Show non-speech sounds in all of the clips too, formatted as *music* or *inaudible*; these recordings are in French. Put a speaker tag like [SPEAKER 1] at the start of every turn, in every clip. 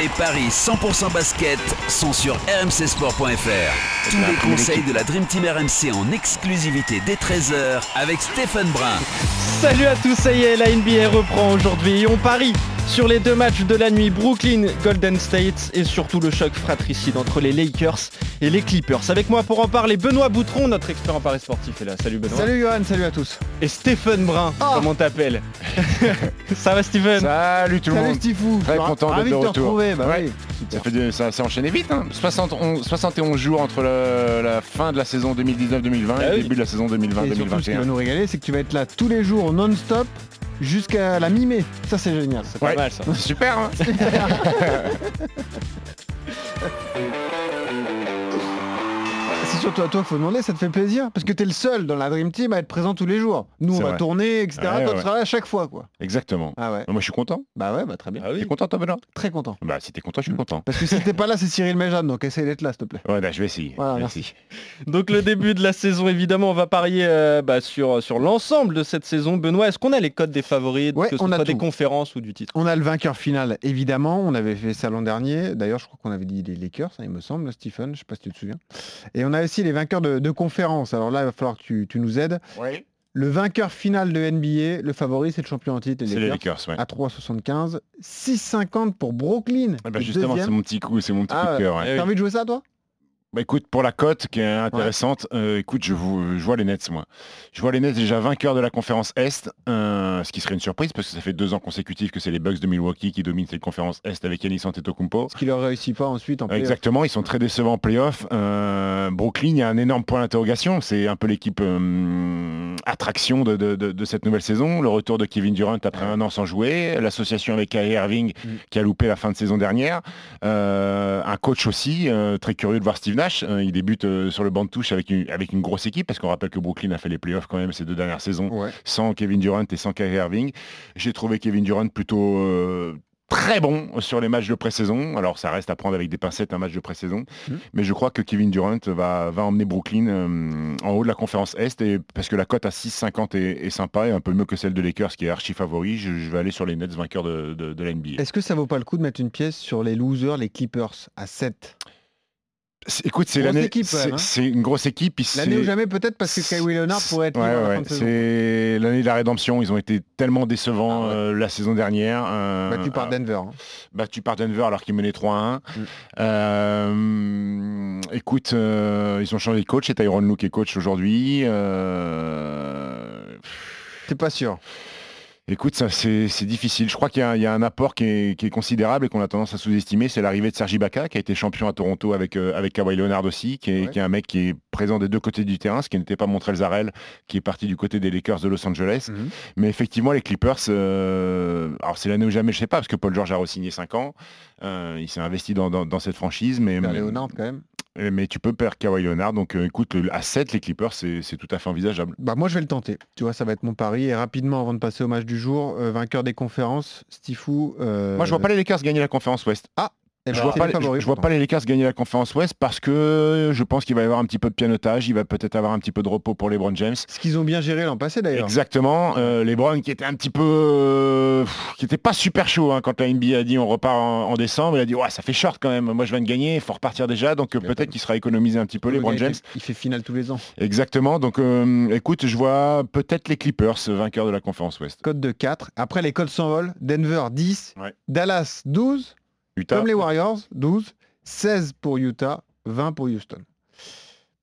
[SPEAKER 1] Les paris 100% basket sont sur rmcsport.fr. Tous les conseils de la Dream Team RMC en exclusivité dès 13h avec Stephen Brun.
[SPEAKER 2] Salut à tous, ça y est, la NBA reprend aujourd'hui. On parie sur les deux matchs de la nuit, Brooklyn, Golden State et surtout le choc fratricide entre les Lakers et les Clippers. Avec moi pour en parler, Benoît Boutron, notre expert en paris sportif est là. Salut Benoît.
[SPEAKER 3] Salut Johan, salut à tous.
[SPEAKER 2] Et Stephen Brun,
[SPEAKER 3] Ah.
[SPEAKER 2] comme on t'appelle. *laughs* ça va Stephen
[SPEAKER 4] Salut tout le
[SPEAKER 3] salut
[SPEAKER 4] monde
[SPEAKER 3] Stifou.
[SPEAKER 4] Très content d'être
[SPEAKER 3] Ravi
[SPEAKER 4] de
[SPEAKER 3] te
[SPEAKER 4] retour.
[SPEAKER 3] retrouver. Bah
[SPEAKER 4] Ouais.
[SPEAKER 3] oui.
[SPEAKER 4] ça, fait de- ça s'est enchaîné vite, hein. 71, 71 jours entre le- la fin de la saison 2019-2020 et
[SPEAKER 2] Ah
[SPEAKER 4] le
[SPEAKER 2] oui.
[SPEAKER 4] début de la saison
[SPEAKER 3] Et surtout, ce qui va
[SPEAKER 4] 2020-2021.
[SPEAKER 3] nous régaler, c'est que tu vas être là tous les jours non-stop jusqu'à la mi-mai. Ça, c'est génial.
[SPEAKER 2] C'est pas
[SPEAKER 4] Ouais.
[SPEAKER 2] mal ça.
[SPEAKER 4] Super hein
[SPEAKER 3] C'est surtout à toi qu'il faut demander, ça te fait plaisir Parce que t'es le seul dans la Dream Team à être présent tous les jours. Nous, on
[SPEAKER 4] C'est
[SPEAKER 3] va
[SPEAKER 4] vrai.
[SPEAKER 3] tourner, etc.
[SPEAKER 4] Ouais,
[SPEAKER 3] toi,
[SPEAKER 4] ouais.
[SPEAKER 3] tu seras là à chaque fois, quoi.
[SPEAKER 4] Exactement.
[SPEAKER 3] Ah ouais.
[SPEAKER 4] Moi je suis content.
[SPEAKER 3] Bah ouais, bah très bien.
[SPEAKER 2] Ah
[SPEAKER 4] T'es
[SPEAKER 2] oui.
[SPEAKER 4] content toi Benoît
[SPEAKER 3] Très content.
[SPEAKER 4] Bah si t'es content, je suis content.
[SPEAKER 3] Parce que si t'es pas là, c'est Cyril Méjeanne, donc essaye d'être là, s'il te plaît.
[SPEAKER 4] Ouais, bah, je vais essayer.
[SPEAKER 3] Voilà,
[SPEAKER 2] Donc le début de la saison, évidemment, on va parier euh, bah, sur, sur l'ensemble de cette saison. Benoît, est-ce qu'on a les codes des favoris,
[SPEAKER 3] Ouais,
[SPEAKER 2] que ce
[SPEAKER 3] on a
[SPEAKER 2] soit des
[SPEAKER 3] tout.
[SPEAKER 2] conférences ou du titre
[SPEAKER 3] On a le vainqueur final, évidemment. On avait fait ça l'an dernier. D'ailleurs, je crois qu'on avait dit les Lakers, hein, il me semble, Stephen. Je sais pas si tu te souviens. Et on a aussi les vainqueurs de, de conférences. Alors là, il va falloir que tu, tu nous aides.
[SPEAKER 4] Ouais.
[SPEAKER 3] Le vainqueur final de NBA, le favori, c'est le champion en titre, les
[SPEAKER 4] C'est les
[SPEAKER 3] Lakers.
[SPEAKER 4] Lakers, ouais.
[SPEAKER 3] À 3,75. 6,50 pour Brooklyn.
[SPEAKER 4] Ah bah,
[SPEAKER 3] le
[SPEAKER 4] justement, c'est
[SPEAKER 3] deuxième.
[SPEAKER 4] mon petit coup, c'est mon petit
[SPEAKER 3] Ah
[SPEAKER 4] coup
[SPEAKER 3] ouais.
[SPEAKER 4] de cœur. ouais.
[SPEAKER 2] Eh oui.
[SPEAKER 3] T'as envie de jouer ça, toi
[SPEAKER 4] Bah écoute, pour la cote qui est intéressante, euh, écoute, je, vous, je vois les Nets moi. Je vois les Nets déjà vainqueurs de la conférence Est, euh, ce qui serait une surprise parce que ça fait deux ans consécutifs que c'est les Bucks de Milwaukee qui dominent cette conférence Est avec Yannis Antetokounmpo.
[SPEAKER 3] Ce qui leur réussit pas ensuite en playoff.
[SPEAKER 4] Euh, Exactement, ils sont très décevants en playoff. Euh, Brooklyn, il y a un énorme point d'interrogation. C'est un peu l'équipe euh, attraction de, de- de- de cette nouvelle saison. Le retour de Kevin Durant après un an sans jouer. L'association avec Kyrie Irving
[SPEAKER 3] Mm.
[SPEAKER 4] qui a loupé la fin de saison dernière. Euh, un coach aussi, euh, très curieux de voir Steve Nash. Euh, il débute euh, sur le banc de touche avec une, avec une grosse équipe parce qu'on rappelle que Brooklyn a fait les playoffs quand même ces deux dernières saisons
[SPEAKER 3] Ouais.
[SPEAKER 4] sans Kevin Durant et sans Kyrie Irving. J'ai trouvé Kevin Durant plutôt euh, très bon sur les matchs de pré-saison. Alors ça reste à prendre avec des pincettes un match de pré-saison.
[SPEAKER 3] Mhm.
[SPEAKER 4] Mais je crois que Kevin Durant va, va emmener Brooklyn euh, en haut de la conférence Est et, parce que la cote à 6,50 est, est sympa et un peu mieux que celle de Lakers qui est archi favori. Je, je vais aller sur les Nets vainqueurs de, de, de la NBA.
[SPEAKER 3] Est-ce que ça vaut pas le coup de mettre une pièce sur les losers, les Clippers, à 7
[SPEAKER 4] C'est- Écoute, c'est
[SPEAKER 3] Grosse
[SPEAKER 4] l'année-
[SPEAKER 3] équipe, quand même,
[SPEAKER 4] c'est-
[SPEAKER 3] hein.
[SPEAKER 4] c'est une grosse équipe. puis
[SPEAKER 3] L'année
[SPEAKER 4] c'est-
[SPEAKER 3] ou jamais, peut-être, parce que Kawhi Leonard pourrait être
[SPEAKER 4] Ouais,
[SPEAKER 3] libre à la
[SPEAKER 4] ouais,
[SPEAKER 3] fin de saison.
[SPEAKER 4] c'est l'année de la rédemption. Ils ont été tellement décevants
[SPEAKER 3] Ah ouais.
[SPEAKER 4] euh, la saison dernière. euh,
[SPEAKER 3] Battu par
[SPEAKER 4] euh,
[SPEAKER 3] Denver. hein.
[SPEAKER 4] battu par Denver alors qu'ils menaient 3-1.
[SPEAKER 3] Mm.
[SPEAKER 4] Euh, écoute, euh, ils ont changé de coach et Tyron Lue qui est coach aujourd'hui. Euh,
[SPEAKER 3] T'es pas sûr
[SPEAKER 4] Écoute, ça, c'est c'est difficile. Je crois qu'il y, a- il y a un apport qui est, qui est considérable et qu'on a tendance à sous-estimer. C'est l'arrivée de Sergi Baca, qui a été champion à Toronto avec, euh, avec Kawhi Leonard aussi, qui est,
[SPEAKER 3] Ouais.
[SPEAKER 4] qui est un mec qui est présent des deux côtés du terrain, ce qui n'était pas Montrel Zarel, qui est parti du côté des Lakers de Los Angeles.
[SPEAKER 3] Mhm.
[SPEAKER 4] Mais effectivement, les Clippers, euh, alors c'est l'année où jamais, je sais pas, parce que Paul George a re-signé 5 ans. Euh, il s'est investi dans, dans- dans cette franchise, mais,
[SPEAKER 3] Vers
[SPEAKER 4] mais,
[SPEAKER 3] Leonard, quand même.
[SPEAKER 4] mais tu peux perdre Kawhi Leonard. Donc euh, écoute, le- à 7, les Clippers, c'est c'est tout à fait envisageable.
[SPEAKER 3] Bah moi je vais le tenter. Tu vois, ça va être mon pari. Et rapidement, avant de passer au match du jour, euh, vainqueur des conférences, Stifou. euh,
[SPEAKER 4] Moi, je vois pas les Lakers gagner la conférence Ouest.
[SPEAKER 3] eh ben,
[SPEAKER 4] Je vois,
[SPEAKER 3] c'est
[SPEAKER 4] pas,
[SPEAKER 3] le
[SPEAKER 4] les-
[SPEAKER 3] favori
[SPEAKER 4] je- je vois
[SPEAKER 3] pourtant.
[SPEAKER 4] pas les Lakers gagner la conférence Ouest parce que je pense qu'il va y avoir un petit peu de pianotage, il va peut-être avoir un petit peu de repos pour LeBron James.
[SPEAKER 3] Ce qu'ils ont bien géré l'an passé d'ailleurs.
[SPEAKER 4] Exactement, euh, LeBron qui était un petit peu... euh, pff, qui était pas super chaud hein, quand la NBA a dit on repart en, en décembre, il a dit ouais ça fait short quand même, moi je viens de gagner, il faut repartir déjà, donc euh,
[SPEAKER 3] M'étonne.
[SPEAKER 4] peut-être qu'il sera économisé un petit peu
[SPEAKER 3] Le
[SPEAKER 4] LeBron
[SPEAKER 3] gars,
[SPEAKER 4] James.
[SPEAKER 3] Il fait, il fait finale tous les ans.
[SPEAKER 4] Exactement, donc euh, écoute, je vois peut-être les Clippers vainqueurs de la conférence Ouest.
[SPEAKER 3] Code de 4. Après les codes s'envolent. Denver 10.
[SPEAKER 4] Ouais.
[SPEAKER 3] Dallas 12.
[SPEAKER 4] Utah,
[SPEAKER 3] Comme les Warriors 12. 16 pour Utah. 20 pour Houston.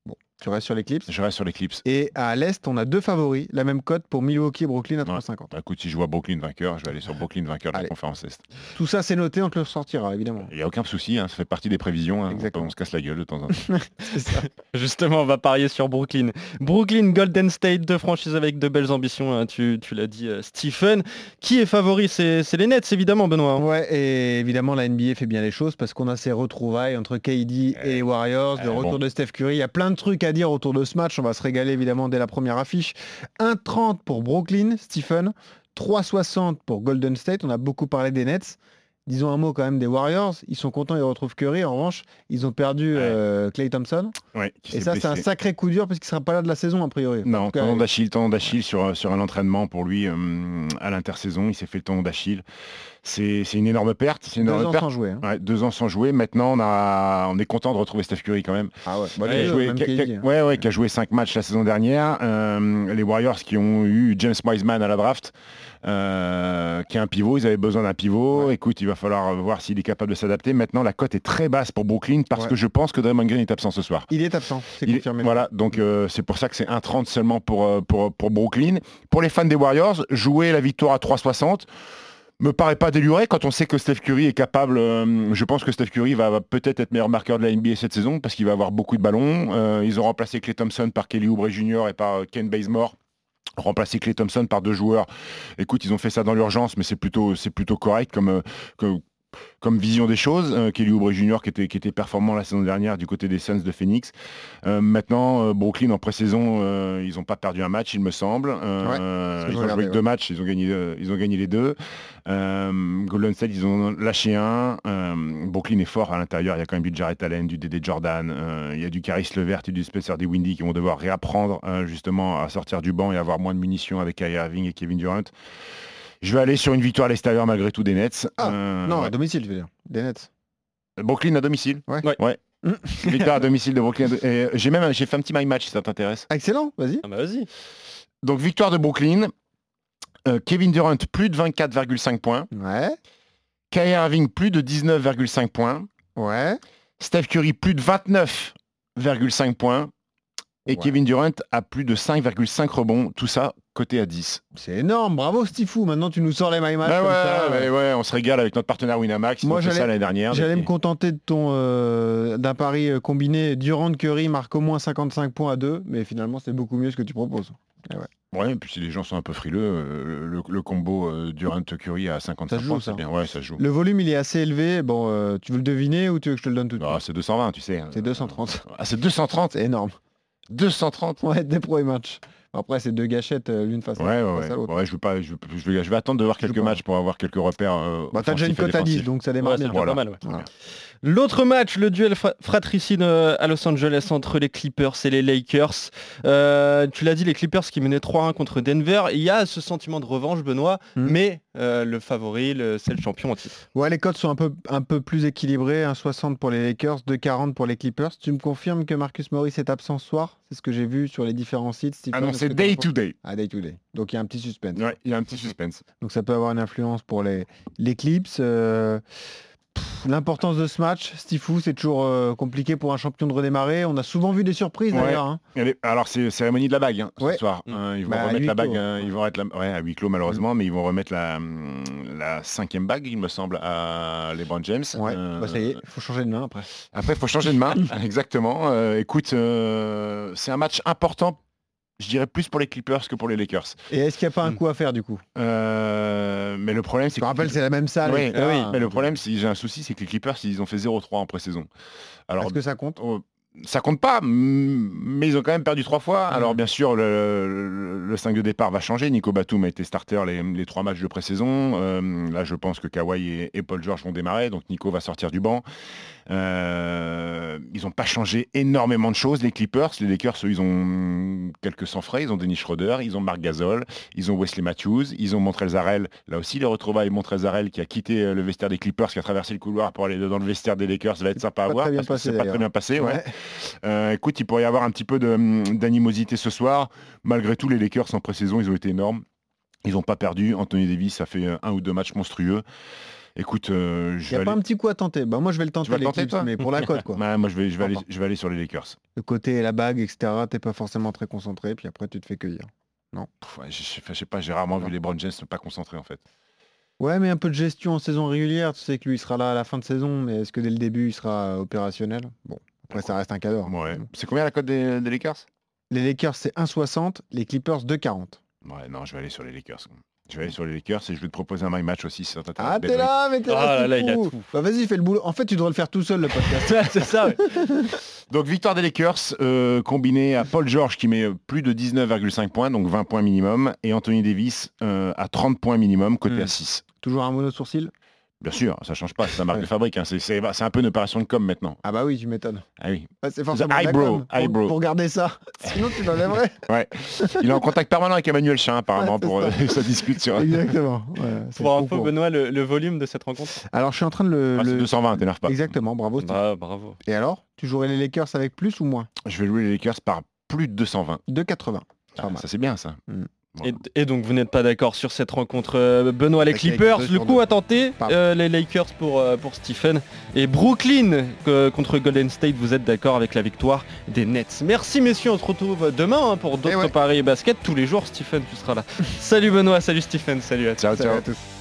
[SPEAKER 3] Bon, tu restes sur les clips.
[SPEAKER 4] je reste sur les Clips.
[SPEAKER 3] Et à l'Est, on a deux favoris. La même cote pour Milwaukee et Brooklyn à 3,50.
[SPEAKER 4] Bah, écoute, si je vois Brooklyn vainqueur, je vais aller sur Brooklyn vainqueur de
[SPEAKER 3] Allez.
[SPEAKER 4] la conférence Est.
[SPEAKER 3] Tout ça c'est noté, on te le ressortira évidemment.
[SPEAKER 4] Il n'y a aucun souci, hein, ça fait partie des prévisions. hein, on-
[SPEAKER 3] Exactement.
[SPEAKER 4] on se casse la gueule de temps en temps.
[SPEAKER 3] *laughs* C'est ça.
[SPEAKER 2] *laughs* Justement, on va parier sur Brooklyn. Brooklyn, Golden State, deux franchises avec de belles ambitions, hein, tu, tu l'as dit euh, Stephen. Qui est favori C'est c'est les Nets, évidemment, Benoît.
[SPEAKER 3] Ouais, et évidemment, la NBA fait bien les choses parce qu'on a ces retrouvailles entre KD et les Warriors, le
[SPEAKER 4] eh,
[SPEAKER 3] retour
[SPEAKER 4] bon.
[SPEAKER 3] de Steph Curry. Il y a plein de trucs à dire autour de ce match. On va se régaler évidemment dès la première affiche. 1,30 pour Brooklyn, Stephen. 3,60 pour Golden State. On a beaucoup parlé des Nets. disons un mot quand même des Warriors. Ils sont contents, ils retrouvent Curry. En revanche, ils ont perdu
[SPEAKER 4] Ouais.
[SPEAKER 3] euh, Clay Thompson.
[SPEAKER 4] Ouais, qui
[SPEAKER 3] Et
[SPEAKER 4] s'est
[SPEAKER 3] ça, c'est un
[SPEAKER 4] blessé.
[SPEAKER 3] sacré coup dur parce qu'il sera pas là de la saison, a priori.
[SPEAKER 4] Non,
[SPEAKER 3] En tout cas, euh,
[SPEAKER 4] tendon d'Achille, tendon d'Achille sur, sur un entraînement pour lui euh, à l'intersaison, il s'est fait le tendon d'Achille. C'est c'est une énorme perte, c'est une
[SPEAKER 3] deux
[SPEAKER 4] énorme
[SPEAKER 3] ans
[SPEAKER 4] perte.
[SPEAKER 3] sans jouer. hein.
[SPEAKER 4] Ouais, deux ans sans jouer. Maintenant, on, a, on est content de retrouver Steph Curry quand même.
[SPEAKER 3] Ah ouais, bah,
[SPEAKER 4] Qui
[SPEAKER 3] les
[SPEAKER 4] a
[SPEAKER 3] deux,
[SPEAKER 4] joué-
[SPEAKER 3] même
[SPEAKER 4] qui a- qui
[SPEAKER 3] KD,
[SPEAKER 4] a-
[SPEAKER 3] hein.
[SPEAKER 4] ouais, ouais, qui a joué cinq matchs la saison dernière. Euh, les Warriors qui ont eu James Wiseman à la draft, euh, qui est un pivot. Ils avaient besoin d'un pivot. Écoute, il va falloir voir s'il est capable de s'adapter. Maintenant, la cote est très basse pour Brooklyn parce
[SPEAKER 3] Ouais.
[SPEAKER 4] que je pense que Draymond Green est absent ce soir.
[SPEAKER 3] Il est absent, c'est
[SPEAKER 4] Il-
[SPEAKER 3] confirmé.
[SPEAKER 4] Voilà, donc euh, c'est pour ça que c'est 1,30 seulement pour, euh, pour, pour Brooklyn. Pour les fans des Warriors, jouer la victoire à 3,60 me paraît pas déluré quand on sait que Steph Curry est capable. euh, je pense que Steph Curry va, va peut-être être meilleur marqueur de la NBA cette saison parce qu'il va avoir beaucoup de ballons. Euh, ils ont remplacé Clay Thompson par Kelly Oubre Jr. et par euh, Ken Bazemore. Remplacé Clay Thompson par deux joueurs. Écoute, ils ont fait ça dans l'urgence, mais c'est plutôt, c'est plutôt correct comme, euh, comme, comme vision des choses. Euh, Kelly Oubre Jr. qui était, qui était performant la saison dernière du côté des Suns de Phoenix. Euh, maintenant, euh, Brooklyn en pré-saison, euh, ils n'ont pas perdu un match, il me semble. Euh,
[SPEAKER 3] c'est ce que
[SPEAKER 4] ils
[SPEAKER 3] je
[SPEAKER 4] ont
[SPEAKER 3] regardais,
[SPEAKER 4] joué que deux matchs, ils ont gagné, euh, ils ont gagné les deux. Euh, Golden State, ils ont lâché un. Euh, Brooklyn est fort à l'intérieur. Il y a quand même du Jarrett Allen, du Dédé Jordan. Euh, il y a du Caris Levert et du Spencer des Windy qui vont devoir réapprendre euh, justement à sortir du banc et avoir moins de munitions avec Kyrie Irving et Kevin Durant. Je vais aller sur une victoire à l'extérieur malgré tout des Nets.
[SPEAKER 3] Ah,
[SPEAKER 4] Euh,
[SPEAKER 3] Non,
[SPEAKER 4] ouais.
[SPEAKER 3] à domicile, je veux dire. Des nets.
[SPEAKER 4] Brooklyn à domicile.
[SPEAKER 3] Ouais.
[SPEAKER 2] Ouais.
[SPEAKER 3] Mm.
[SPEAKER 4] *laughs* Victoire à domicile de Brooklyn. Et euh, j'ai même j'ai fait un petit my match si ça t'intéresse.
[SPEAKER 3] Excellent, vas-y.
[SPEAKER 2] Ah bah vas-y.
[SPEAKER 4] Donc victoire de Brooklyn. Euh, Kevin Durant plus de 24,5 points.
[SPEAKER 3] Ouais,
[SPEAKER 4] Kyrie Irving plus de 19,5 points.
[SPEAKER 3] ouais.
[SPEAKER 4] Steph Curry plus de 29,5 points. Et
[SPEAKER 3] Ouais.
[SPEAKER 4] Kevin Durant à plus de 5,5 rebonds. Tout ça côté à 10.
[SPEAKER 3] C'est énorme, bravo Stifou. Maintenant, tu nous sors les My Match
[SPEAKER 4] Ah
[SPEAKER 3] comme ça.
[SPEAKER 4] ouais, ouais, ouais, on se régale avec notre partenaire Winamax.
[SPEAKER 3] Moi,
[SPEAKER 4] Moi, j'ai
[SPEAKER 3] j'allais-
[SPEAKER 4] ça l'année dernière.
[SPEAKER 3] J'allais me
[SPEAKER 4] Et-
[SPEAKER 3] contenter de ton euh, d'un pari euh, combiné Durant Curry marque au moins 55 points à 2, mais finalement c'est beaucoup mieux ce que tu proposes.
[SPEAKER 4] Ouais, et puis si les gens sont un peu frileux, euh, le, le combo euh, Durant-Curry à 55
[SPEAKER 3] Ça se joue,
[SPEAKER 4] points, c'est
[SPEAKER 3] ça.
[SPEAKER 4] bien. Ouais, ça se joue.
[SPEAKER 3] Le volume il est assez élevé. Bon, euh, tu veux le deviner ou tu veux que je te le donne tout de
[SPEAKER 4] Ah,
[SPEAKER 3] suite
[SPEAKER 4] c'est 220, tu sais.
[SPEAKER 3] C'est 230.
[SPEAKER 4] Ah, c'est 230
[SPEAKER 3] C'est énorme.
[SPEAKER 4] 230
[SPEAKER 3] Ouais, des pro et match. Après c'est deux gâchettes euh, l'une face
[SPEAKER 4] Ouais,
[SPEAKER 3] à
[SPEAKER 4] ouais,
[SPEAKER 3] face
[SPEAKER 4] ouais.
[SPEAKER 3] à l'autre.
[SPEAKER 4] Ouais, je, veux pas, je, veux- je vais, je vais attendre de voir
[SPEAKER 3] Je
[SPEAKER 4] quelques
[SPEAKER 3] pense.
[SPEAKER 4] matchs pour avoir quelques repères. euh,
[SPEAKER 3] Bah, t'as déjà une
[SPEAKER 4] offensifs et
[SPEAKER 3] cote à 10,
[SPEAKER 4] défensifs.
[SPEAKER 3] donc ça démarre
[SPEAKER 2] Ouais, c'est
[SPEAKER 3] bien.
[SPEAKER 2] déjà
[SPEAKER 4] Voilà.
[SPEAKER 2] pas mal, ouais.
[SPEAKER 3] Voilà.
[SPEAKER 2] L'autre match, le duel fra- fratricide euh, à Los Angeles entre les Clippers et les Lakers. Euh, tu l'as dit, les Clippers qui menaient 3-1 contre Denver. Il y a ce sentiment de revanche, Benoît,
[SPEAKER 3] Mm.
[SPEAKER 2] mais euh, le favori, le- c'est le champion en titre.
[SPEAKER 3] Ouais, les cotes sont un peu, un peu plus équilibrées. 1,60 pour les Lakers, 2,40 pour les Clippers. Tu me confirmes que Marcus Morris est absent ce soir C'est ce que j'ai vu sur les différents sites. Stephen,
[SPEAKER 4] Annoncé
[SPEAKER 3] est-ce que t'en
[SPEAKER 4] Ah day
[SPEAKER 3] penses
[SPEAKER 4] to day.
[SPEAKER 3] Ah, day to day. Donc il y a un petit suspense.
[SPEAKER 4] Ouais, il y a un petit suspense.
[SPEAKER 3] Donc ça peut avoir une influence pour les, les clips. euh, pff, L'importance de ce match, Stifou, c'est toujours euh, compliqué pour un champion de redémarrer. On a souvent vu des surprises
[SPEAKER 4] Ouais.
[SPEAKER 3] d'ailleurs. hein.
[SPEAKER 4] Allez, alors c'est cérémonie de la bague hein,
[SPEAKER 3] Ouais.
[SPEAKER 4] ce soir.
[SPEAKER 2] Mm.
[SPEAKER 4] Hein, ils vont
[SPEAKER 3] Bah, à
[SPEAKER 4] remettre
[SPEAKER 3] huis
[SPEAKER 4] la bague,
[SPEAKER 3] clos.
[SPEAKER 4] hein, ils vont remettre la... ouais, à huis clos malheureusement, mais ils vont remettre la, hum, la cinquième bague, il me semble, à LeBron James.
[SPEAKER 3] Ouais.
[SPEAKER 4] Euh,
[SPEAKER 3] Bah, ça y est, faut changer de main après.
[SPEAKER 4] Après, il faut changer de main.
[SPEAKER 3] *laughs*
[SPEAKER 4] Exactement. Euh, écoute, euh, c'est un match important, je dirais plus pour les Clippers que pour les Lakers.
[SPEAKER 3] Et est-ce qu'il n'y a pas un
[SPEAKER 2] Mm.
[SPEAKER 3] coup à faire du coup
[SPEAKER 4] Euh, mais le problème, c'est
[SPEAKER 3] Je
[SPEAKER 4] que...
[SPEAKER 3] te rappelle, c'est la même salle.
[SPEAKER 4] Ouais,
[SPEAKER 3] etc.
[SPEAKER 4] oui, mais le problème, si j'ai un souci, c'est que les Clippers, ils ont fait 0-3 en pré-saison. Alors,
[SPEAKER 3] Est-ce que ça compte
[SPEAKER 4] oh, ça compte pas, mm, mais ils ont quand même perdu trois fois.
[SPEAKER 3] Ouais.
[SPEAKER 4] Alors, bien sûr, le, le- le 5 de départ va changer. Nico Batum a été starter les, les trois matchs de pré-saison. Euh, là, je pense que Kawhi et, et Paul George vont démarrer, donc Nico va sortir du banc. Euh, ils n'ont pas changé énormément de choses, les Clippers. Les Lakers, eux, ils ont quelques sans frais. Ils ont Denis Schroeder, ils ont Marc Gasol, ils ont Wesley Matthews, ils ont Montrezarel. Là aussi, les retrouvailles Montrezarel qui a quitté euh, le vestiaire des Clippers, qui a traversé le couloir pour aller dans le vestiaire des Lakers, ça va être sympa à
[SPEAKER 3] Pas
[SPEAKER 4] voir.
[SPEAKER 3] très bien
[SPEAKER 4] parce que
[SPEAKER 3] passé,
[SPEAKER 4] c'est pas très
[SPEAKER 3] d'ailleurs.
[SPEAKER 4] bien passé. ouais.
[SPEAKER 3] Ouais.
[SPEAKER 4] Euh, écoute, il pourrait y avoir un petit peu de, hum, d'animosité ce soir. Malgré tout, les Lakers en pré-saison, ils ont été énormes. Ils n'ont pas perdu. Anthony Davis a fait euh, un ou deux matchs monstrueux. Écoute, euh,
[SPEAKER 3] Il n'y
[SPEAKER 4] je vais
[SPEAKER 3] a pas
[SPEAKER 4] aller-
[SPEAKER 3] un petit coup à tenter Bah moi je vais le tenter
[SPEAKER 4] vas le
[SPEAKER 3] les
[SPEAKER 4] tenter,
[SPEAKER 3] clips,
[SPEAKER 4] toi
[SPEAKER 3] mais pour la cote quoi.
[SPEAKER 4] *laughs* Ouais, moi, je vais, je, vais aller,
[SPEAKER 3] Pourquoi
[SPEAKER 4] je vais aller sur les Lakers.
[SPEAKER 3] le côté, la bague, etc. T'es pas forcément très concentré, puis après tu te fais cueillir.
[SPEAKER 4] Pff, ouais, je, je- je sais pas, j'ai rarement vu les Brown James pas concentrés en fait.
[SPEAKER 3] Ouais, mais un peu de gestion en saison régulière. Tu sais que lui, il sera là à la fin de saison, mais est-ce que dès le début, il sera euh, opérationnel Bon, après, ça reste un cadre.
[SPEAKER 4] Ouais. C'est combien la cote des, des Lakers
[SPEAKER 3] Les Lakers, c'est 1,60. Les Clippers, 2,40.
[SPEAKER 4] Ouais, non, je vais aller sur les Lakers. Je vais aller sur les Lakers et je vais te proposer un my match aussi si ça t'intéresse.
[SPEAKER 3] Ah, t'es
[SPEAKER 4] Bedouin.
[SPEAKER 3] là, mais t'es là,
[SPEAKER 2] Ah
[SPEAKER 3] c'est
[SPEAKER 2] là là, il y a
[SPEAKER 3] fou.
[SPEAKER 2] tout.
[SPEAKER 3] Bah, vas-y, fais le boulot. En fait, tu devrais le faire tout seul, le podcast.
[SPEAKER 2] *laughs* c'est ça, ouais.
[SPEAKER 4] Donc victoire des Lakers euh, combinée à Paul George qui met euh, plus de 19,5 points, donc 20
[SPEAKER 3] Hmm.
[SPEAKER 4] points minimum, et Anthony Davis euh, à 30 points minimum, côté
[SPEAKER 2] Mm.
[SPEAKER 4] à 6.
[SPEAKER 3] Toujours un mono sourcil
[SPEAKER 4] Bien sûr, ça change pas, c'est sa marque
[SPEAKER 3] Ouais.
[SPEAKER 4] de fabrique. hein, C'est c'est- c'est un peu une opération de com maintenant.
[SPEAKER 3] Ah bah oui, tu m'étonnes. *laughs*
[SPEAKER 4] Ah oui.
[SPEAKER 3] Ah, c'est forcément
[SPEAKER 4] The
[SPEAKER 3] de la
[SPEAKER 4] eyebrow,
[SPEAKER 3] com, pour-
[SPEAKER 4] eyebrow.
[SPEAKER 3] Pour garder
[SPEAKER 4] *laughs*
[SPEAKER 3] ça. Sinon, tu l'enlèverais.
[SPEAKER 4] Ouais. Il est en contact permanent avec Emmanuel Chin apparemment
[SPEAKER 3] Ouais, c'est
[SPEAKER 4] pour euh, *laughs* ça discute sur.
[SPEAKER 3] Exactement. ouais, c'est
[SPEAKER 2] Pour
[SPEAKER 3] trop
[SPEAKER 2] info,
[SPEAKER 3] court.
[SPEAKER 2] Benoît, le, le volume de cette rencontre.
[SPEAKER 3] Alors, je suis en train de le...
[SPEAKER 4] Ah, c'est
[SPEAKER 3] le-
[SPEAKER 4] 220, t'énerve pas.
[SPEAKER 3] Exactement, bravo. Steve.
[SPEAKER 2] Bah, bravo.
[SPEAKER 3] Et alors, tu jouerais les Lakers avec plus ou moins
[SPEAKER 4] Je vais louer les Lakers par plus de 220.
[SPEAKER 3] 2,80.
[SPEAKER 4] Ah,
[SPEAKER 3] Pas mal.
[SPEAKER 4] ça c'est bien ça.
[SPEAKER 2] Et, et donc vous n'êtes pas d'accord sur cette rencontre euh, Benoît les
[SPEAKER 3] Avec les
[SPEAKER 2] Clippers,
[SPEAKER 3] deux
[SPEAKER 2] le
[SPEAKER 3] sur
[SPEAKER 2] coup
[SPEAKER 3] deux.
[SPEAKER 2] a tenté,
[SPEAKER 3] Pardon.
[SPEAKER 2] euh, les Lakers pour, euh, pour Stephen et Brooklyn euh, contre Golden State, vous êtes d'accord avec la victoire des Nets. Merci messieurs, on se retrouve demain hein, pour d'autres
[SPEAKER 3] ouais.
[SPEAKER 2] paris basket, tous les jours Stephen tu seras là. salut Benoît, salut Stephen, salut à tous.
[SPEAKER 4] Ciao,
[SPEAKER 3] Salut
[SPEAKER 4] ciao.
[SPEAKER 3] à tous.